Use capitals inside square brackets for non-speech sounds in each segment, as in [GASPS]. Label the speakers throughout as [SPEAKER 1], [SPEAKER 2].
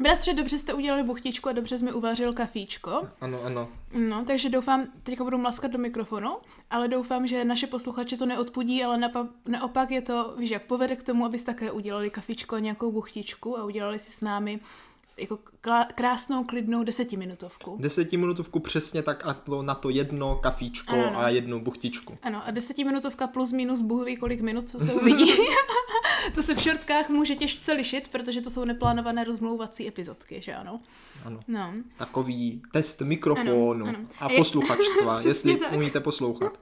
[SPEAKER 1] Bratře, dobře jste udělali buchtičku a dobře jsi mi uvařil kafíčko.
[SPEAKER 2] Ano, ano.
[SPEAKER 1] No, takže doufám, teďka budu mlaskat do mikrofonu, ale doufám, že naše posluchače to neodpudí, ale napa- naopak je to, víš, jak povede k tomu, aby také udělali kafičko, nějakou buchtičku a udělali si s námi jako klá- krásnou, klidnou desetiminutovku.
[SPEAKER 2] Desetiminutovku přesně tak a to na to jedno kafíčko
[SPEAKER 1] Ano, ano.
[SPEAKER 2] a jednu buchtičku.
[SPEAKER 1] Ano, a desetiminutovka plus minus bůh ví kolik minut, co se uvidí. [LAUGHS] to se v šortkách může těžce lišit, protože to jsou neplánované rozmlouvací epizodky, že ano?
[SPEAKER 2] Ano.
[SPEAKER 1] No.
[SPEAKER 2] Takový test mikrofonu
[SPEAKER 1] Ano, ano.
[SPEAKER 2] a
[SPEAKER 1] A je- [LAUGHS]
[SPEAKER 2] posluchačstva,
[SPEAKER 1] Přesně
[SPEAKER 2] jestli
[SPEAKER 1] tak.
[SPEAKER 2] umíte poslouchat.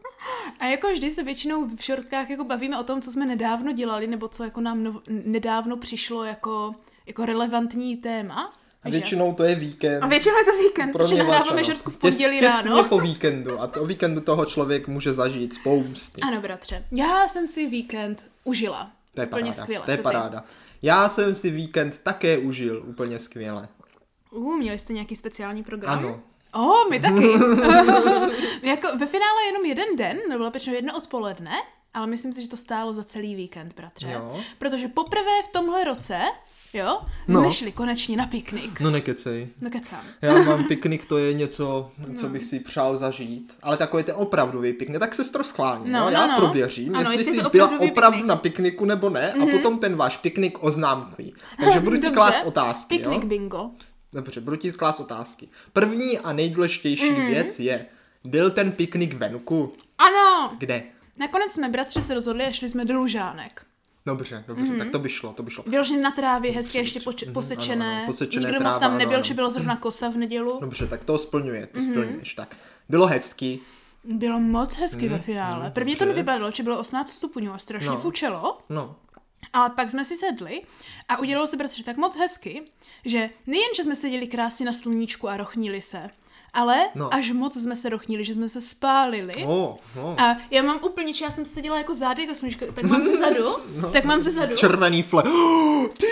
[SPEAKER 1] A jako vždy se většinou v šortkách jako bavíme o tom, co jsme nedávno dělali, nebo co jako nám no, nedávno přišlo jako, jako relevantní téma.
[SPEAKER 2] A
[SPEAKER 1] že?
[SPEAKER 2] většinou to je víkend.
[SPEAKER 1] a většinou je to víkend,
[SPEAKER 2] Pro
[SPEAKER 1] protože
[SPEAKER 2] mě
[SPEAKER 1] nahráváme
[SPEAKER 2] váč, ano.
[SPEAKER 1] šortku v
[SPEAKER 2] Těs-
[SPEAKER 1] pondělí ráno.
[SPEAKER 2] Těsně po víkendu a to víkendu toho člověk může zažít spousty.
[SPEAKER 1] Ano, bratře, já jsem si víkend užila.
[SPEAKER 2] To je
[SPEAKER 1] Úplně
[SPEAKER 2] paráda.
[SPEAKER 1] skvěle.
[SPEAKER 2] to je
[SPEAKER 1] co ty?
[SPEAKER 2] paráda. Já jsem si víkend také užil úplně skvěle.
[SPEAKER 1] Uh, měli jste nějaký speciální program?
[SPEAKER 2] Ano.
[SPEAKER 1] O, oh, my
[SPEAKER 2] [LAUGHS]
[SPEAKER 1] taky. jako ve finále jenom jeden den, nebo lepší jedno odpoledne, ale myslím si, že to stálo za celý víkend, bratře.
[SPEAKER 2] Jo.
[SPEAKER 1] Protože poprvé v tomhle roce, jo,
[SPEAKER 2] No.
[SPEAKER 1] jsme šli konečně na piknik.
[SPEAKER 2] No nekecej.
[SPEAKER 1] No kecám.
[SPEAKER 2] Já mám piknik, to je něco,
[SPEAKER 1] No.
[SPEAKER 2] co bych si přál zažít. Ale takový ten opravdový piknik, tak sestro schválně,
[SPEAKER 1] No,
[SPEAKER 2] no,
[SPEAKER 1] no,
[SPEAKER 2] já
[SPEAKER 1] no.
[SPEAKER 2] prověřím,
[SPEAKER 1] Ano,
[SPEAKER 2] jestli,
[SPEAKER 1] jestli je
[SPEAKER 2] jsi
[SPEAKER 1] to
[SPEAKER 2] byla
[SPEAKER 1] opravdový
[SPEAKER 2] opravdu
[SPEAKER 1] piknik. Mhm.
[SPEAKER 2] na pikniku nebo ne a potom ten váš piknik oznámí. Takže budu ti
[SPEAKER 1] Dobře.
[SPEAKER 2] klást otázky,
[SPEAKER 1] Piknik
[SPEAKER 2] jo?
[SPEAKER 1] bingo.
[SPEAKER 2] Dobře, budu ti klást otázky. První a nejdůležitější
[SPEAKER 1] Mhm.
[SPEAKER 2] věc je, byl ten piknik venku?
[SPEAKER 1] Ano!
[SPEAKER 2] Kde?
[SPEAKER 1] Nakonec jsme bratři se rozhodli a šli jsme do Lužánek.
[SPEAKER 2] Dobře, dobře,
[SPEAKER 1] Mhm.
[SPEAKER 2] tak to by šlo, to by šlo.
[SPEAKER 1] Vyloženě na trávě, hezké, ještě poč- posečené.
[SPEAKER 2] Mhm, ano, posečené
[SPEAKER 1] Nikdo moc
[SPEAKER 2] tráva,
[SPEAKER 1] tam
[SPEAKER 2] ano,
[SPEAKER 1] nebyl,
[SPEAKER 2] ano. No.
[SPEAKER 1] že byla zrovna kosa v nedělu.
[SPEAKER 2] Dobře, tak to splňuje,
[SPEAKER 1] Mhm.
[SPEAKER 2] to splňuješ, tak. Bylo hezký,
[SPEAKER 1] Bylo moc hezky ve finále. Prvně to
[SPEAKER 2] Mhm, dobře.
[SPEAKER 1] nevypadalo, že bylo 18 stupňů a strašně
[SPEAKER 2] No.
[SPEAKER 1] fučelo.
[SPEAKER 2] no,
[SPEAKER 1] Ale pak jsme si sedli a udělalo se bratře tak moc hezky, že nejen, že jsme seděli krásně na sluníčku a rochnili se, ale
[SPEAKER 2] No.
[SPEAKER 1] no. až moc jsme se rochnili, že jsme se spálili.
[SPEAKER 2] o, no. o,
[SPEAKER 1] A já mám úplně, že já jsem seděla jako zády, jako sluníčko, tak mám
[SPEAKER 2] [LAUGHS]
[SPEAKER 1] ze zadu, no. tak mám ze zadu.
[SPEAKER 2] červený fle. [GASPS] Ty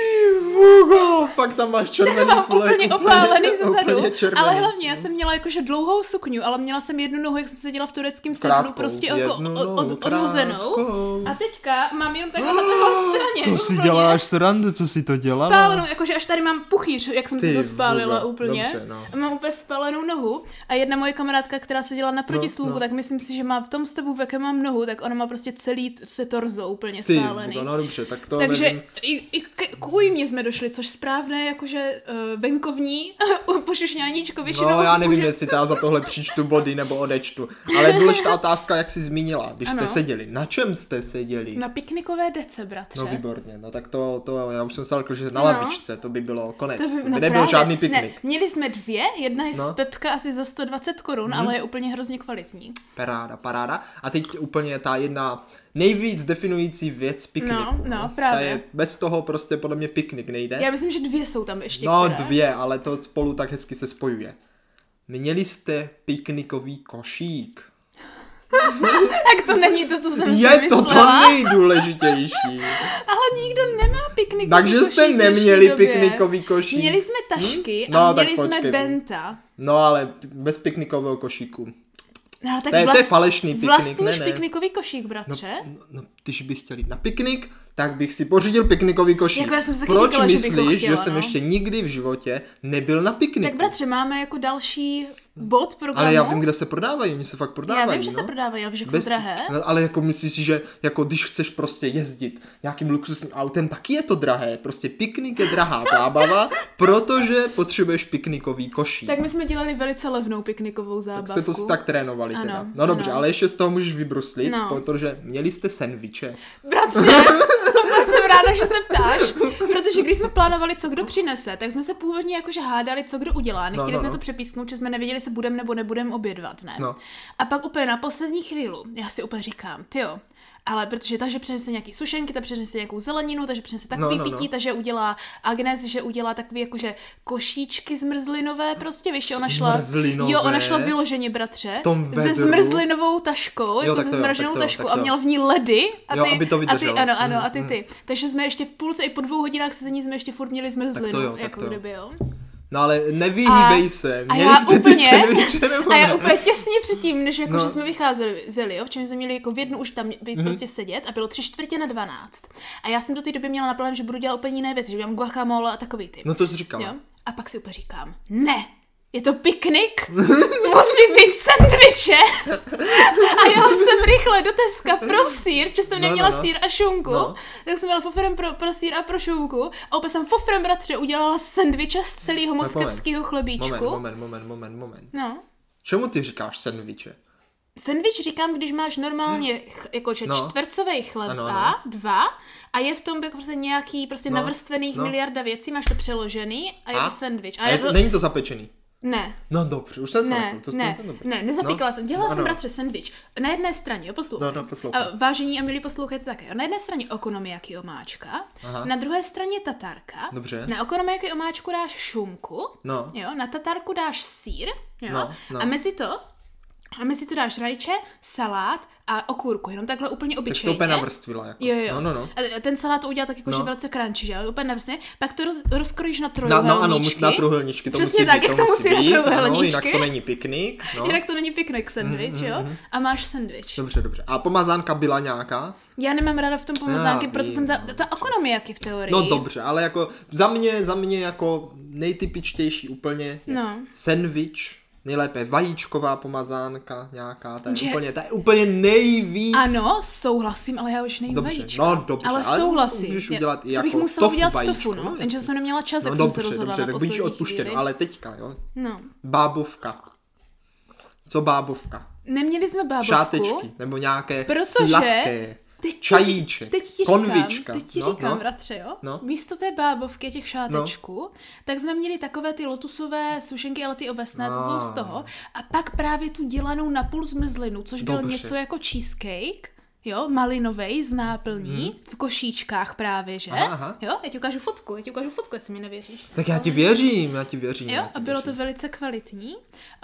[SPEAKER 2] vogo, fakt tam máš červený
[SPEAKER 1] Mám
[SPEAKER 2] fle.
[SPEAKER 1] úplně opálený ze zadu,
[SPEAKER 2] úplně červený.
[SPEAKER 1] ale hlavně já jsem měla jakože dlouhou sukňu, ale měla jsem jednu nohu, jak jsem seděla v tureckém sedlu,
[SPEAKER 2] Krátkou,
[SPEAKER 1] prostě jako
[SPEAKER 2] jednu
[SPEAKER 1] od,
[SPEAKER 2] nohu,
[SPEAKER 1] od, odhozenou.
[SPEAKER 2] krátkou.
[SPEAKER 1] A teďka mám jenom takhle na
[SPEAKER 2] [GASPS]
[SPEAKER 1] téhle straně.
[SPEAKER 2] To si
[SPEAKER 1] úplně
[SPEAKER 2] děláš srandu, co si to dělala?
[SPEAKER 1] Spálenou, jakože až tady mám puchýř, jak jsem si
[SPEAKER 2] Ty
[SPEAKER 1] to spálila
[SPEAKER 2] vůbec,
[SPEAKER 1] úplně.
[SPEAKER 2] dobře, no.
[SPEAKER 1] A mám úplně spálenou nohu. A jedna moje kamarádka, která seděla naproti
[SPEAKER 2] No,
[SPEAKER 1] no, slunku,
[SPEAKER 2] no.
[SPEAKER 1] no. tak myslím si, že má v tom stavu, v jakém mám nohu, tak ona má prostě celý t- se torzo úplně
[SPEAKER 2] Ty
[SPEAKER 1] spálený.
[SPEAKER 2] vogo, no dobře, tak to nevím.
[SPEAKER 1] Takže i, i k, k újmě jsme došli, což správné, jakože uh, venkovní [LAUGHS] pošušňáníčko většinou.
[SPEAKER 2] No, já nevím,
[SPEAKER 1] může-
[SPEAKER 2] jestli já za tohle přičtu body nebo odečtu. Ale důležitá otázka, jak jsi zmínila, když jste
[SPEAKER 1] Ano.
[SPEAKER 2] seděli. Na čem jste seděli?
[SPEAKER 1] Na piknikové dece, bratře.
[SPEAKER 2] No výborně, no tak to, to já už jsem se řekl, že na
[SPEAKER 1] No.
[SPEAKER 2] lavičce, to by bylo konec, to by,
[SPEAKER 1] no
[SPEAKER 2] nebyl
[SPEAKER 1] právě.
[SPEAKER 2] žádný piknik.
[SPEAKER 1] Ne, měli jsme dvě, jedna je
[SPEAKER 2] No. Mhm.
[SPEAKER 1] no. z Pepka asi za 120 korun, ale je úplně hrozně kvalitní.
[SPEAKER 2] Paráda, paráda. A teď úplně ta jedna nejvíc definující věc pikniku.
[SPEAKER 1] No, no,
[SPEAKER 2] Ta
[SPEAKER 1] právě.
[SPEAKER 2] Je, bez toho prostě podle mě piknik nejde.
[SPEAKER 1] Já myslím, že dvě jsou tam ještě.
[SPEAKER 2] no
[SPEAKER 1] které.
[SPEAKER 2] dvě, ale to spolu tak hezky se spojuje. Měli jste piknikový košík.
[SPEAKER 1] Tak to není to, co jsem si
[SPEAKER 2] Je to to
[SPEAKER 1] myslela. [LAUGHS]
[SPEAKER 2] nejdůležitější.
[SPEAKER 1] Ale nikdo nemá piknikový
[SPEAKER 2] Takže
[SPEAKER 1] košík
[SPEAKER 2] jste
[SPEAKER 1] v dnešní
[SPEAKER 2] neměli
[SPEAKER 1] době.
[SPEAKER 2] piknikový košík.
[SPEAKER 1] Měli jsme tašky
[SPEAKER 2] Hm?
[SPEAKER 1] no, a
[SPEAKER 2] No, tak
[SPEAKER 1] měli jsme
[SPEAKER 2] počkej.
[SPEAKER 1] benta.
[SPEAKER 2] No ale bez piknikového košíku.
[SPEAKER 1] No, ale tak
[SPEAKER 2] To je- to je
[SPEAKER 1] vlast-
[SPEAKER 2] falešný piknik,
[SPEAKER 1] vlastníš
[SPEAKER 2] ne, ne.
[SPEAKER 1] piknikový košík, bratře?
[SPEAKER 2] No, no, když bych chtěl jít na piknik, tak bych si pořídil piknikový košík.
[SPEAKER 1] Jako já jsem si taky
[SPEAKER 2] Proč
[SPEAKER 1] říkala, že bych
[SPEAKER 2] myslíš,
[SPEAKER 1] ho
[SPEAKER 2] že,
[SPEAKER 1] chtěla,
[SPEAKER 2] jsem
[SPEAKER 1] no?
[SPEAKER 2] ještě nikdy v životě nebyl na pikniku?
[SPEAKER 1] tak bratře, máme jako další bod programu.
[SPEAKER 2] Ale já vím, kde se prodávají, oni se fakt
[SPEAKER 1] Já
[SPEAKER 2] prodávají.
[SPEAKER 1] vím, že
[SPEAKER 2] no.
[SPEAKER 1] se prodávají, ale víš, jak jsou drahé?
[SPEAKER 2] No, Ale jako myslíš si, že jako když chceš prostě jezdit nějakým luxusním autem, taky je to drahé. Prostě piknik je
[SPEAKER 1] [LAUGHS]
[SPEAKER 2] drahá zábava, protože potřebuješ piknikový košík.
[SPEAKER 1] Tak my jsme dělali velice levnou piknikovou
[SPEAKER 2] Tak
[SPEAKER 1] zábavku.
[SPEAKER 2] jste to si tak trénovali
[SPEAKER 1] Ano,
[SPEAKER 2] teda. No dobře,
[SPEAKER 1] ano.
[SPEAKER 2] ale ještě z toho můžeš vybruslit,
[SPEAKER 1] No.
[SPEAKER 2] protože měli jste sendviče.
[SPEAKER 1] Bratře, [LAUGHS] to byla jsem ráda, že se ptáš, protože když jsme plánovali, co kdo přinese, tak jsme se původně jakože hádali, co kdo udělá. Nechtěli
[SPEAKER 2] no,
[SPEAKER 1] jsme
[SPEAKER 2] no.
[SPEAKER 1] to přepísknout, že jsme nevěděli, jestli budeme nebo nebudeme obědvat, ne?
[SPEAKER 2] No.
[SPEAKER 1] A pak úplně na poslední chvíli, já si úplně říkám, ty jo, ale protože takže přinese nějaký sušenky, ta přinese nějakou zeleninu, takže přinese takový
[SPEAKER 2] no,
[SPEAKER 1] no,
[SPEAKER 2] no.
[SPEAKER 1] no, pití, takže udělá Agnes, že udělá takový jakože košíčky zmrzlinové, prostě víš, že ona šla,
[SPEAKER 2] Zmrzlinové?
[SPEAKER 1] jo, ona šla vyloženě, bratře,
[SPEAKER 2] tom
[SPEAKER 1] se
[SPEAKER 2] vedru?
[SPEAKER 1] zmrzlinovou taškou, jo, jako
[SPEAKER 2] tak to
[SPEAKER 1] se
[SPEAKER 2] jo, tak
[SPEAKER 1] zmraženou
[SPEAKER 2] to jo,
[SPEAKER 1] taškou
[SPEAKER 2] tak
[SPEAKER 1] a
[SPEAKER 2] to jo.
[SPEAKER 1] měla v ní ledy a ty,
[SPEAKER 2] Jo, aby to
[SPEAKER 1] a ty,
[SPEAKER 2] vydrželo. Mm,
[SPEAKER 1] ano, ano, a ty ty. Takže jsme ještě v půlce i po dvou hodinách sezení jsme ještě furt měli zmrzlinu,
[SPEAKER 2] Tak to jo, tak
[SPEAKER 1] jako
[SPEAKER 2] to jo.
[SPEAKER 1] kdyby,
[SPEAKER 2] [LAUGHS]
[SPEAKER 1] jo.
[SPEAKER 2] No ale nevyhýbej
[SPEAKER 1] A-
[SPEAKER 2] se,
[SPEAKER 1] a
[SPEAKER 2] měli
[SPEAKER 1] já
[SPEAKER 2] jste ty
[SPEAKER 1] úplně-
[SPEAKER 2] sendviče nebo
[SPEAKER 1] A já
[SPEAKER 2] ne?
[SPEAKER 1] úplně těsně předtím, než jako,
[SPEAKER 2] No. Mhm.
[SPEAKER 1] že jsme vycházeli, zeli, jo, protože jsme měli jako v jednu už tam být prostě sedět a bylo tři čtvrtě na dvanáct. A já jsem do té doby měla naplán, že budu dělat úplně jiné věci, že udělám guacamole a takový ty.
[SPEAKER 2] No to jsi říkala.
[SPEAKER 1] Jo? A pak si úplně říkám, ne, je to piknik, musím mít sendviče. A jela jsem rychle do Teska pro sír, že jsem
[SPEAKER 2] No, no,
[SPEAKER 1] neměla
[SPEAKER 2] no.
[SPEAKER 1] sír a šunku.
[SPEAKER 2] No.
[SPEAKER 1] Tak jsem jela fofrem pro, pro sír a pro šunku. A opět jsem fofrem bratře udělala sendviče z celého moskevského chlebíčku.
[SPEAKER 2] Moment, moment, moment, moment, moment.
[SPEAKER 1] No.
[SPEAKER 2] Čemu ty říkáš sendviče?
[SPEAKER 1] Sendvič říkám, když máš normálně ch- jako že
[SPEAKER 2] No.
[SPEAKER 1] čtvrtcový chleba,
[SPEAKER 2] Ano, ano.
[SPEAKER 1] dva, a je v tom jako prostě nějaký prostě
[SPEAKER 2] No,
[SPEAKER 1] navrstvených
[SPEAKER 2] no.
[SPEAKER 1] miliarda věcí, máš to přeložený a je to sendvič.
[SPEAKER 2] A je
[SPEAKER 1] já
[SPEAKER 2] to, není to zapečený.
[SPEAKER 1] ne,
[SPEAKER 2] No dobře, už jsem se
[SPEAKER 1] ne,
[SPEAKER 2] napil, co jsi
[SPEAKER 1] ne,
[SPEAKER 2] to napil?
[SPEAKER 1] ne, nezapíkala
[SPEAKER 2] No,
[SPEAKER 1] jsem. Dělala
[SPEAKER 2] no,
[SPEAKER 1] jsem,
[SPEAKER 2] ano.
[SPEAKER 1] bratře, sendvič. Na jedné straně, jo, poslouchej.
[SPEAKER 2] No, no, poslouchám.
[SPEAKER 1] A Vážení a milí, poslouchejte také. jo. Na jedné straně okonomiaky omáčka,
[SPEAKER 2] Aha.
[SPEAKER 1] na druhé straně tatarka.
[SPEAKER 2] Dobře.
[SPEAKER 1] Na okonomiaky omáčku dáš šunku,
[SPEAKER 2] No.
[SPEAKER 1] jo, na tatarku dáš sír, jo,
[SPEAKER 2] No, no.
[SPEAKER 1] a mezi to a mezi to dáš rajče, salát a okurku, jenom takhle úplně
[SPEAKER 2] Tak jsi to
[SPEAKER 1] obyčejně.
[SPEAKER 2] úplně navrstvila. Jako.
[SPEAKER 1] Jo, jo.
[SPEAKER 2] No, no, no.
[SPEAKER 1] A ten salát to udělá tak jako,
[SPEAKER 2] No.
[SPEAKER 1] že velice crunchy, že jo? Úplně nevsně. Pak to roz, rozkrojíš na
[SPEAKER 2] Na,
[SPEAKER 1] trojuhelníčky.
[SPEAKER 2] no ano, mus- na truhelničky to
[SPEAKER 1] Přesně
[SPEAKER 2] musí
[SPEAKER 1] tak,
[SPEAKER 2] být,
[SPEAKER 1] jak to musí na
[SPEAKER 2] být, ano,
[SPEAKER 1] trojuhelníčky.
[SPEAKER 2] jinak to není piknik. No. Mhm,
[SPEAKER 1] Jinak to není piknik sandwich, jo? A máš sandwich.
[SPEAKER 2] Dobře, dobře. A pomazánka byla nějaká?
[SPEAKER 1] Já nemám ráda v tom pomazánky,
[SPEAKER 2] Já
[SPEAKER 1] proto
[SPEAKER 2] vím,
[SPEAKER 1] jsem ta, ta okonomiaky v teorii.
[SPEAKER 2] No dobře, ale jako za mě, za mě jako nejtypičtější úplně je
[SPEAKER 1] No.
[SPEAKER 2] sandwich, nejlépe vajíčková pomazánka nějaká, ta je,
[SPEAKER 1] Že-
[SPEAKER 2] úplně, ta je úplně nejvíc. No,
[SPEAKER 1] Ano, souhlasím, ale já už nejím
[SPEAKER 2] Dobře,
[SPEAKER 1] vajíčka.
[SPEAKER 2] no dobře,
[SPEAKER 1] ale,
[SPEAKER 2] ale
[SPEAKER 1] souhlasím.
[SPEAKER 2] můžeš
[SPEAKER 1] Já-
[SPEAKER 2] udělat i
[SPEAKER 1] to bych
[SPEAKER 2] jako
[SPEAKER 1] musela
[SPEAKER 2] tofu
[SPEAKER 1] udělat
[SPEAKER 2] vajíčko,
[SPEAKER 1] z tofu,
[SPEAKER 2] no,
[SPEAKER 1] no,
[SPEAKER 2] jasně.
[SPEAKER 1] jenže jsem neměla čas,
[SPEAKER 2] no,
[SPEAKER 1] jak
[SPEAKER 2] dobře,
[SPEAKER 1] jsem se rozhodla
[SPEAKER 2] dobře,
[SPEAKER 1] na
[SPEAKER 2] tak budíš
[SPEAKER 1] poslední
[SPEAKER 2] odpuštěn,
[SPEAKER 1] chvíli.
[SPEAKER 2] ale teďka, jo.
[SPEAKER 1] No.
[SPEAKER 2] Bábovka. Co bábovka?
[SPEAKER 1] Neměli jsme bábovku.
[SPEAKER 2] Šátečky, nebo nějaké
[SPEAKER 1] Protože-
[SPEAKER 2] sladké,
[SPEAKER 1] Teď ti ři-
[SPEAKER 2] čajíček,
[SPEAKER 1] teď ti
[SPEAKER 2] konvička.
[SPEAKER 1] Říkám, teď ti
[SPEAKER 2] no,
[SPEAKER 1] říkám,
[SPEAKER 2] no.
[SPEAKER 1] bratře, jo?
[SPEAKER 2] No.
[SPEAKER 1] Místo té bábovky a těch šátečků, tak jsme měli takové ty lotusové sušenky, ale ty ovesné, co
[SPEAKER 2] No.
[SPEAKER 1] jsou z toho. A pak právě tu dělanou napůl zmrzlinu, což byl
[SPEAKER 2] Dobře.
[SPEAKER 1] něco jako cheesecake, jo, malinovej z náplní, v košíčkách právě, že?
[SPEAKER 2] Mhm. Aha, aha.
[SPEAKER 1] Jo, já ti ukážu fotku, já ti ukážu fotku, jestli mi nevěříš.
[SPEAKER 2] Tak já ti věřím, já ti věřím. já
[SPEAKER 1] Jo,
[SPEAKER 2] ti
[SPEAKER 1] a bylo to
[SPEAKER 2] věřím.
[SPEAKER 1] velice kvalitní.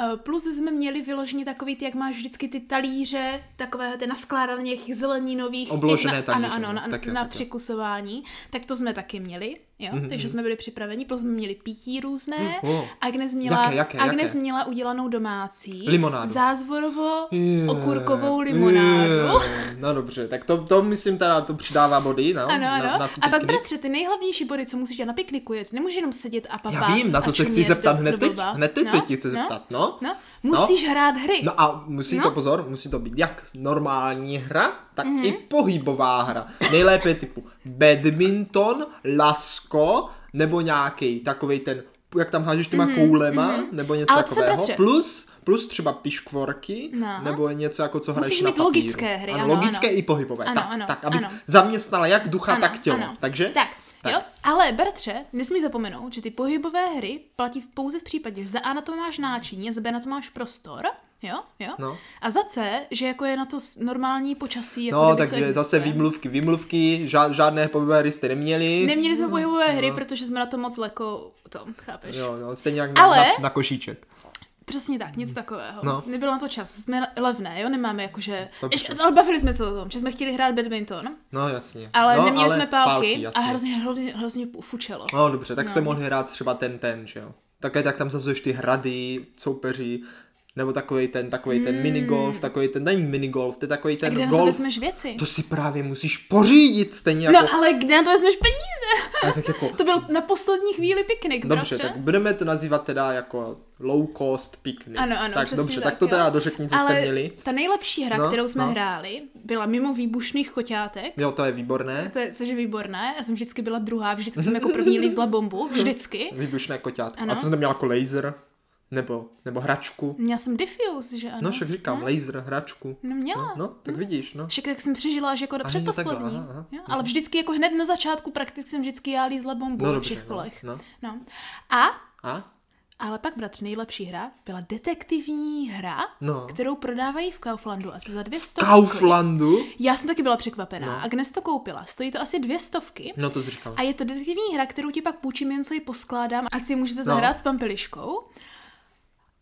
[SPEAKER 1] Eh, Plus jsme měli vyloženě takový, ty, jak máš vždycky ty talíře, takové ty naskládané těch zeleninových.
[SPEAKER 2] Obložené
[SPEAKER 1] těch, na, ano,
[SPEAKER 2] talíře,
[SPEAKER 1] ano,
[SPEAKER 2] no,
[SPEAKER 1] na,
[SPEAKER 2] tak jo,
[SPEAKER 1] na
[SPEAKER 2] tak jo. Mhm,
[SPEAKER 1] přikusování. Tak to jsme taky měli, jo. Takže jsme byli připraveni, plus jsme měli pití různé.
[SPEAKER 2] Mm, o.
[SPEAKER 1] Agnes měla,
[SPEAKER 2] Jaké, jaké,
[SPEAKER 1] Agnes
[SPEAKER 2] jaké?
[SPEAKER 1] měla udělanou domácí.
[SPEAKER 2] Limonádu.
[SPEAKER 1] Zázvorovo
[SPEAKER 2] Je,
[SPEAKER 1] okurkovou limonádu.
[SPEAKER 2] je. No dobře, tak to, to myslím teda, to přidává body, no.
[SPEAKER 1] [LAUGHS] Ano, ano.
[SPEAKER 2] Na, na tu
[SPEAKER 1] a pak,
[SPEAKER 2] piknik.
[SPEAKER 1] bratře, ty nejhlavnější body, co musíš dělat na pikniku, je, ty nemůžeš jenom sedět a
[SPEAKER 2] Já
[SPEAKER 1] papát.
[SPEAKER 2] vím, na
[SPEAKER 1] a
[SPEAKER 2] to se chci
[SPEAKER 1] čumět
[SPEAKER 2] zeptat
[SPEAKER 1] do-
[SPEAKER 2] hned
[SPEAKER 1] do
[SPEAKER 2] teď,
[SPEAKER 1] blba.
[SPEAKER 2] hned teď
[SPEAKER 1] no,
[SPEAKER 2] se ti chci
[SPEAKER 1] no.
[SPEAKER 2] zeptat, no.
[SPEAKER 1] No, musíš hrát hry.
[SPEAKER 2] No a musí
[SPEAKER 1] No.
[SPEAKER 2] to, pozor, musí to být jak normální hra, tak
[SPEAKER 1] Mhm.
[SPEAKER 2] i pohybová hra. Nejlépe typu badminton, lasko, nebo nějaký takový ten, jak tam hážeš těma koulema, nebo něco
[SPEAKER 1] Mhm, Ale co se
[SPEAKER 2] takového.
[SPEAKER 1] bratře?
[SPEAKER 2] Plus, plus třeba piškvorky,
[SPEAKER 1] No.
[SPEAKER 2] nebo něco jako co hraješ
[SPEAKER 1] Musíš
[SPEAKER 2] na
[SPEAKER 1] mít
[SPEAKER 2] papíru.
[SPEAKER 1] logické hry,
[SPEAKER 2] ano,
[SPEAKER 1] ano,
[SPEAKER 2] logické
[SPEAKER 1] ano.
[SPEAKER 2] i pohybové.
[SPEAKER 1] Ano,
[SPEAKER 2] tak,
[SPEAKER 1] ano,
[SPEAKER 2] tak, abys
[SPEAKER 1] ano.
[SPEAKER 2] zaměstnala jak ducha,
[SPEAKER 1] Ano,
[SPEAKER 2] tak tělo.
[SPEAKER 1] ano.
[SPEAKER 2] Takže?
[SPEAKER 1] Tak, tak, jo. Ale bratře, nesmí zapomenout, že ty pohybové hry platí v- pouze v případě, že za A na to máš náčiní a za B na to máš prostor. Jo, jo.
[SPEAKER 2] No.
[SPEAKER 1] A za C, že jako je na to s- normální počasí. Jako
[SPEAKER 2] No,
[SPEAKER 1] kdyby, co
[SPEAKER 2] takže
[SPEAKER 1] existuje.
[SPEAKER 2] zase výmluvky, výmluvky, žád, žádné pohybové hry jste neměli.
[SPEAKER 1] Neměli jsme pohybové hry, protože jsme na to moc jako to, chápeš?
[SPEAKER 2] No. Jo, jo, stejně jak na-
[SPEAKER 1] Ale-
[SPEAKER 2] na, na košíček.
[SPEAKER 1] Přesně tak, nic takového.
[SPEAKER 2] No.
[SPEAKER 1] No. Nebyl na to čas, jsme levné, jo, nemáme jakože...
[SPEAKER 2] Dobře.
[SPEAKER 1] Ještě, ale bavili jsme se o tom, že jsme chtěli hrát badminton,
[SPEAKER 2] No jasně.
[SPEAKER 1] ale
[SPEAKER 2] no,
[SPEAKER 1] neměli jsme pálky, a
[SPEAKER 2] jasně.
[SPEAKER 1] hrozně, hrozně, hrozně fučelo.
[SPEAKER 2] No dobře, tak jste
[SPEAKER 1] No.
[SPEAKER 2] mohli hrát třeba ten ten, že jo. Také tak tam zazuješ ty hrady, soupeři, nebo takový ten, takový ten minigolf, takový ten, není minigolf, to je takový
[SPEAKER 1] Hmm. A kde
[SPEAKER 2] ten
[SPEAKER 1] na to
[SPEAKER 2] golf.
[SPEAKER 1] vezmeš věci?
[SPEAKER 2] To si právě musíš pořídit stejně jako...
[SPEAKER 1] No ale kde na to vezmeš peníze?
[SPEAKER 2] [LAUGHS]
[SPEAKER 1] [LAUGHS]
[SPEAKER 2] A tak jako...
[SPEAKER 1] To byl na poslední chvíli piknik,
[SPEAKER 2] Dobře,
[SPEAKER 1] bratře.
[SPEAKER 2] tak budeme to nazývat teda jako low cost picnic.
[SPEAKER 1] Ano, ano,
[SPEAKER 2] tak
[SPEAKER 1] přesně
[SPEAKER 2] dobře,
[SPEAKER 1] tak,
[SPEAKER 2] tak to teda
[SPEAKER 1] jo.
[SPEAKER 2] dořekni, co
[SPEAKER 1] ale
[SPEAKER 2] jste měli.
[SPEAKER 1] ta nejlepší hra,
[SPEAKER 2] No,
[SPEAKER 1] kterou jsme
[SPEAKER 2] no.
[SPEAKER 1] hráli, byla mimo výbušných koťátek.
[SPEAKER 2] Jo, to je výborné.
[SPEAKER 1] To je, což je výborné, já jsem vždycky byla druhá, vždycky jsem jako první lízla
[SPEAKER 2] [LAUGHS]
[SPEAKER 1] bombu, vždycky.
[SPEAKER 2] Výbušné koťátko.
[SPEAKER 1] Ano.
[SPEAKER 2] A co jste měl jako laser? Nebo, nebo hračku?
[SPEAKER 1] Měla jsem diffuse, že ano.
[SPEAKER 2] No, však říkám, laser, hračku.
[SPEAKER 1] No měla.
[SPEAKER 2] No, no tak vidíš, no.
[SPEAKER 1] Však tak jsem přežila až jako do
[SPEAKER 2] Aha, jo, takhle,
[SPEAKER 1] předposlední.
[SPEAKER 2] aha, aha.
[SPEAKER 1] Jo, ale vždycky jako hned na začátku prakticky jsem vždycky já lízla bombu
[SPEAKER 2] No
[SPEAKER 1] no, ve
[SPEAKER 2] dobře,
[SPEAKER 1] všech
[SPEAKER 2] no,
[SPEAKER 1] kolech.
[SPEAKER 2] no.
[SPEAKER 1] No. A
[SPEAKER 2] A?
[SPEAKER 1] ale pak, bratře, nejlepší hra byla detektivní hra,
[SPEAKER 2] No.
[SPEAKER 1] kterou prodávají v Kauflandu asi za dvě stovky.
[SPEAKER 2] Kauflandu?
[SPEAKER 1] Já jsem taky byla překvapená. No. Agnes to koupila. Stojí to asi dvě stovky.
[SPEAKER 2] No to jsi říkal.
[SPEAKER 1] A je to
[SPEAKER 2] No.
[SPEAKER 1] detektivní hra, kterou ti pak půjčím, jen co ji poskládám, ať si ji můžete zahrát s pampeliškou.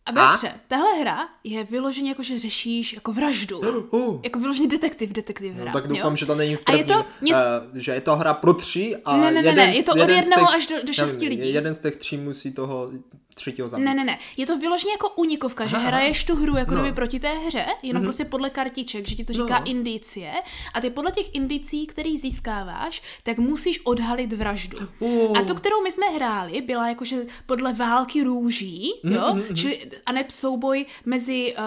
[SPEAKER 1] A Petře, tahle hra je vyloženě jako, že řešíš jako
[SPEAKER 2] [GASPS]
[SPEAKER 1] vraždu.
[SPEAKER 2] Uh.
[SPEAKER 1] Jako vyloženě detektiv, detektiv hra.
[SPEAKER 2] No, tak doufám,
[SPEAKER 1] jo?
[SPEAKER 2] že to není v
[SPEAKER 1] A je
[SPEAKER 2] prvním,
[SPEAKER 1] to nic-
[SPEAKER 2] eh, že je to hra pro tři a
[SPEAKER 1] Ne, ne, ne,
[SPEAKER 2] jeden
[SPEAKER 1] ne,
[SPEAKER 2] z-
[SPEAKER 1] je to od
[SPEAKER 2] jeden z
[SPEAKER 1] jednoho
[SPEAKER 2] těch-
[SPEAKER 1] až do- do
[SPEAKER 2] nevím,
[SPEAKER 1] šesti lidí.
[SPEAKER 2] Jeden z těch tří musí toho třetího zabít.
[SPEAKER 1] Ne, ne, ne. Je to vyloženě jako unikovka, že hraješ tu hru jako
[SPEAKER 2] No. Mhm.
[SPEAKER 1] kdyby proti té hře, jenom prostě podle kartiček, že ti to říká
[SPEAKER 2] No.
[SPEAKER 1] indicie. A ty podle těch indicí, který získáváš, tak musíš odhalit vraždu.
[SPEAKER 2] Uh.
[SPEAKER 1] A tu, kterou my jsme hráli, byla jakože podle války růží,
[SPEAKER 2] Mhm,
[SPEAKER 1] jo? Čili, a ne souboj mezi uh,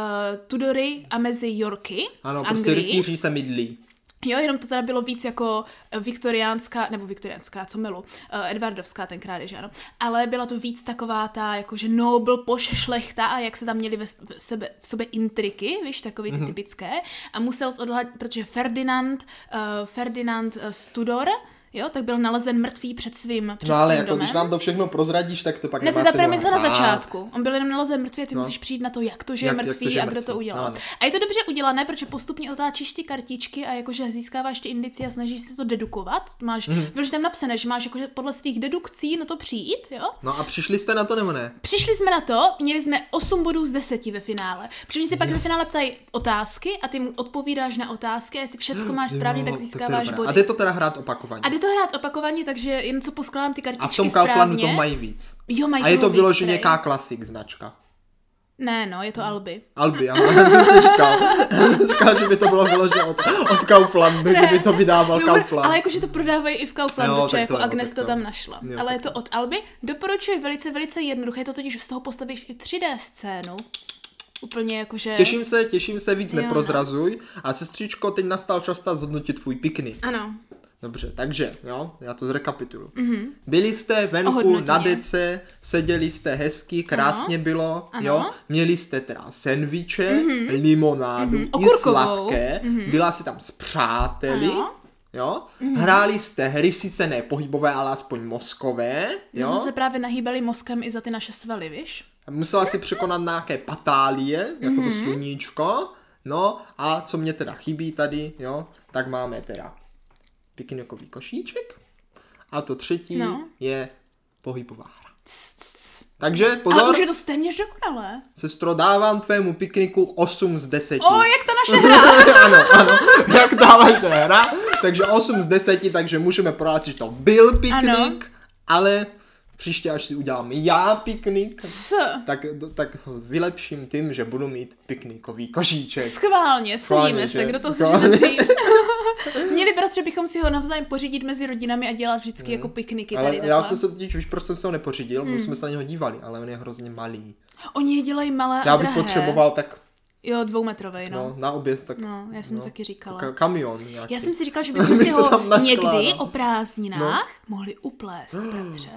[SPEAKER 1] Tudory a mezi Yorky
[SPEAKER 2] Ano,
[SPEAKER 1] v
[SPEAKER 2] prostě
[SPEAKER 1] Anglii.
[SPEAKER 2] rytíři se mydlí.
[SPEAKER 1] Jo, jenom to teda bylo víc jako eh, viktoriánská, nebo viktoriánská, co milu, eh, Edvardovská tenkrát, je, že ano. Ale byla to víc taková ta, jako jakože nobl, poš, šlechta a jak se tam měli ve s- v, sebe, v sobě intriky, víš, takový ty
[SPEAKER 2] Mhm.
[SPEAKER 1] typické. A musel odhlat, protože Ferdinand, uh, Ferdinand eh, Studor, jo, tak byl nalezen mrtvý před svým, před
[SPEAKER 2] No ale
[SPEAKER 1] svým
[SPEAKER 2] jako,
[SPEAKER 1] domem.
[SPEAKER 2] když nám to všechno prozradíš, tak to pak
[SPEAKER 1] Ne, to je
[SPEAKER 2] nemá
[SPEAKER 1] ta
[SPEAKER 2] cenu
[SPEAKER 1] premisa na
[SPEAKER 2] hrát.
[SPEAKER 1] začátku. On byl jenom nalezen mrtvý a ty
[SPEAKER 2] No.
[SPEAKER 1] musíš přijít na to, jak to, že je
[SPEAKER 2] Jak- jak to,
[SPEAKER 1] mrtvý
[SPEAKER 2] že je
[SPEAKER 1] a kdo
[SPEAKER 2] mrtvý.
[SPEAKER 1] to udělal.
[SPEAKER 2] Ano.
[SPEAKER 1] A je to dobře udělané, protože postupně otáčíš ty kartičky a jakože získáváš ty indicie a snažíš se to dedukovat. Máš,
[SPEAKER 2] Mhm.
[SPEAKER 1] mm. víš, tam napsané, že máš jakože podle svých dedukcí na to přijít, jo?
[SPEAKER 2] No a přišli jste na to nebo ne?
[SPEAKER 1] Přišli jsme na to, měli jsme 8 bodů z 10 ve finále. Protože oni se pak ve finále ptají otázky a ty mu odpovídáš na otázky a jestli všechno máš správně,
[SPEAKER 2] [GASPS] Jo,
[SPEAKER 1] tak
[SPEAKER 2] to je
[SPEAKER 1] získáváš
[SPEAKER 2] dobré.
[SPEAKER 1] body.
[SPEAKER 2] A ty to teda hrát opakovaně.
[SPEAKER 1] A jde to hrát opakovaně, takže jen co poskládám ty kartičky
[SPEAKER 2] a v tom Kauflandu
[SPEAKER 1] správně.
[SPEAKER 2] to mají víc.
[SPEAKER 1] Jo, mají
[SPEAKER 2] A je
[SPEAKER 1] toho
[SPEAKER 2] to
[SPEAKER 1] víc,
[SPEAKER 2] vyloženě
[SPEAKER 1] prej.
[SPEAKER 2] nějaká klasik značka.
[SPEAKER 1] Ne, no, je to Albi.
[SPEAKER 2] Albi, ano, já jsem si říkal. [LAUGHS] Já jsem si říkal, že by to bylo vyloženě od, od Kauflandu, kdyby to vydával
[SPEAKER 1] Jo,
[SPEAKER 2] Kaufland.
[SPEAKER 1] Ale jako jakože to prodávají i v Kauflandu,
[SPEAKER 2] Jo,
[SPEAKER 1] že
[SPEAKER 2] tak
[SPEAKER 1] jako
[SPEAKER 2] to jo,
[SPEAKER 1] Agnes
[SPEAKER 2] tak
[SPEAKER 1] to
[SPEAKER 2] to
[SPEAKER 1] tam
[SPEAKER 2] jo.
[SPEAKER 1] našla.
[SPEAKER 2] Jo,
[SPEAKER 1] ale
[SPEAKER 2] tak
[SPEAKER 1] je to od Alby. Doporučuji velice, velice jednoduché. Je to totiž z toho postavíš i 3D scénu. Úplně jakože...
[SPEAKER 2] Těším se, těším se, víc
[SPEAKER 1] Jo, no.
[SPEAKER 2] neprozrazuj. A sestřičko, teď nastal čas ta zhodnotit tvůj piknik.
[SPEAKER 1] Ano.
[SPEAKER 2] Dobře, takže, jo, já to zrekapituluji. Mm-hmm. Byli jste venku
[SPEAKER 1] Mhm. Ohodnotně.
[SPEAKER 2] na dece, seděli jste hezky, krásně ano. bylo,
[SPEAKER 1] Ano. Mhm.
[SPEAKER 2] jo. Měli jste teda sendviče, mm-hmm. limonádu, mm-hmm. i
[SPEAKER 1] Okurkovou. Mhm.
[SPEAKER 2] sladké, mm-hmm. byla si tam s přáteli,
[SPEAKER 1] Ano. Mhm.
[SPEAKER 2] jo. Mm-hmm. Hráli jste hry, sice ne pohybové, ale aspoň mozkové,
[SPEAKER 1] My
[SPEAKER 2] jo.
[SPEAKER 1] jsme se právě nahýbali mozkem i za ty naše svaly, víš?
[SPEAKER 2] Musela si překonat nějaké patálie, jako mm-hmm.
[SPEAKER 1] Mhm.
[SPEAKER 2] to sluníčko. No a co mě teda chybí tady, jo, tak máme teda piknikový košíček. A to třetí
[SPEAKER 1] No.
[SPEAKER 2] no. je pohybová hra.
[SPEAKER 1] Cs, cs, cs.
[SPEAKER 2] Takže
[SPEAKER 1] Ale
[SPEAKER 2] pozor,
[SPEAKER 1] už je to téměř dokonalé.
[SPEAKER 2] sestro, dávám tvému pikniku 8 z 10. [LAUGHS]
[SPEAKER 1] O, jak ta naše hra!
[SPEAKER 2] ano, ano, [LAUGHS] jak dáváš to je hra. Takže 8 z 10, takže můžeme prodat, že to byl piknik,
[SPEAKER 1] Ano.
[SPEAKER 2] ale příště, až si udělám já piknik,
[SPEAKER 1] Cs.
[SPEAKER 2] tak, tak ho vylepším tím, že budu mít piknikový košíček.
[SPEAKER 1] Schválně, vsadíme
[SPEAKER 2] Schválně,
[SPEAKER 1] se,
[SPEAKER 2] že?
[SPEAKER 1] kdo to
[SPEAKER 2] Schválně.
[SPEAKER 1] sežene dřív.
[SPEAKER 2] [LAUGHS]
[SPEAKER 1] Měli bratře, bychom si ho navzájem pořídit mezi rodinami a dělat vždycky jako pikniky
[SPEAKER 2] Hmm. Ale
[SPEAKER 1] tady
[SPEAKER 2] já
[SPEAKER 1] takhle.
[SPEAKER 2] jsem se totiž, víš, proč jsem se ho nepořídil, hmm. jsme se na něho dívali, ale on je hrozně malý.
[SPEAKER 1] Oni je dělají malé a
[SPEAKER 2] Já bych
[SPEAKER 1] drahé.
[SPEAKER 2] potřeboval tak,
[SPEAKER 1] Jo, dvoumetrovej, no.
[SPEAKER 2] no, na oběd, tak
[SPEAKER 1] No, já jsem
[SPEAKER 2] No,
[SPEAKER 1] si taky říkala.
[SPEAKER 2] ka- kamion nějaký.
[SPEAKER 1] Já jsem si
[SPEAKER 2] [LAUGHS]
[SPEAKER 1] říkala, že bychom si
[SPEAKER 2] Bych to
[SPEAKER 1] ho
[SPEAKER 2] tam No. naskládal.
[SPEAKER 1] někdy o prázdninách mohli
[SPEAKER 2] [GASPS]
[SPEAKER 1] uplést, bratře.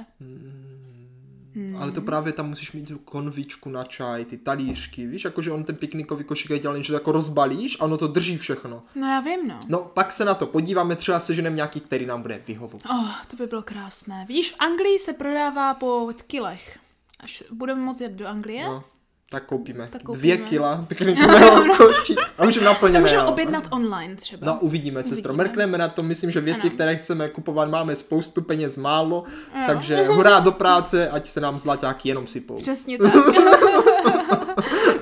[SPEAKER 2] Ale
[SPEAKER 1] Hmm.
[SPEAKER 2] to právě tam musíš mít tu konvičku na čaj, ty talířky, víš, jakože on ten piknikový košík je dělaný, že to jako rozbalíš a ono to drží všechno.
[SPEAKER 1] No já vím, no.
[SPEAKER 2] No, pak se na to podíváme, třeba seženeme nějaký, který nám bude vyhovovat.
[SPEAKER 1] Oh, to by bylo krásné. Vidíš, v Anglii se prodává po kilech. Až budeme moct jet do Anglie,
[SPEAKER 2] No, tak koupíme.
[SPEAKER 1] Tak koupíme. No,
[SPEAKER 2] Dvě kila
[SPEAKER 1] [LAUGHS]
[SPEAKER 2] piknikového košíku a už
[SPEAKER 1] to
[SPEAKER 2] naplněné. no.
[SPEAKER 1] můžeme
[SPEAKER 2] jo.
[SPEAKER 1] objednat online třeba.
[SPEAKER 2] No uvidíme, sestro.
[SPEAKER 1] Uvidíme.
[SPEAKER 2] Mrkneme na to, myslím, že věci,
[SPEAKER 1] Ano.
[SPEAKER 2] které chceme kupovat, máme spoustu peněz málo,
[SPEAKER 1] [LAUGHS]
[SPEAKER 2] takže hurá do práce, ať se nám zlaťáky jenom sypou.
[SPEAKER 1] Přesně
[SPEAKER 2] [LAUGHS]
[SPEAKER 1] tak. [LAUGHS]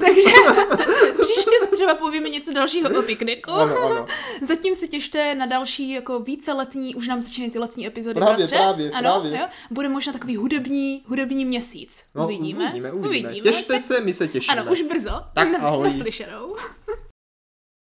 [SPEAKER 1] Takže [LAUGHS] příště si třeba povíme něco dalšího o pikniku.
[SPEAKER 2] Ano, ano.
[SPEAKER 1] Zatím se těšte na další jako víceletní, už nám začínají ty letní epizody.
[SPEAKER 2] Právě,
[SPEAKER 1] bratře.
[SPEAKER 2] právě,
[SPEAKER 1] ano,
[SPEAKER 2] právě.
[SPEAKER 1] Jo? Bude možná takový hudební, hudební měsíc.
[SPEAKER 2] No,
[SPEAKER 1] uvidíme.
[SPEAKER 2] uvidíme, uvidíme. Těšte se, my se těšíme.
[SPEAKER 1] Ano, už brzo. [LAUGHS]
[SPEAKER 2] Tak
[SPEAKER 1] Na-
[SPEAKER 2] ahoj.
[SPEAKER 1] Naslyšenou.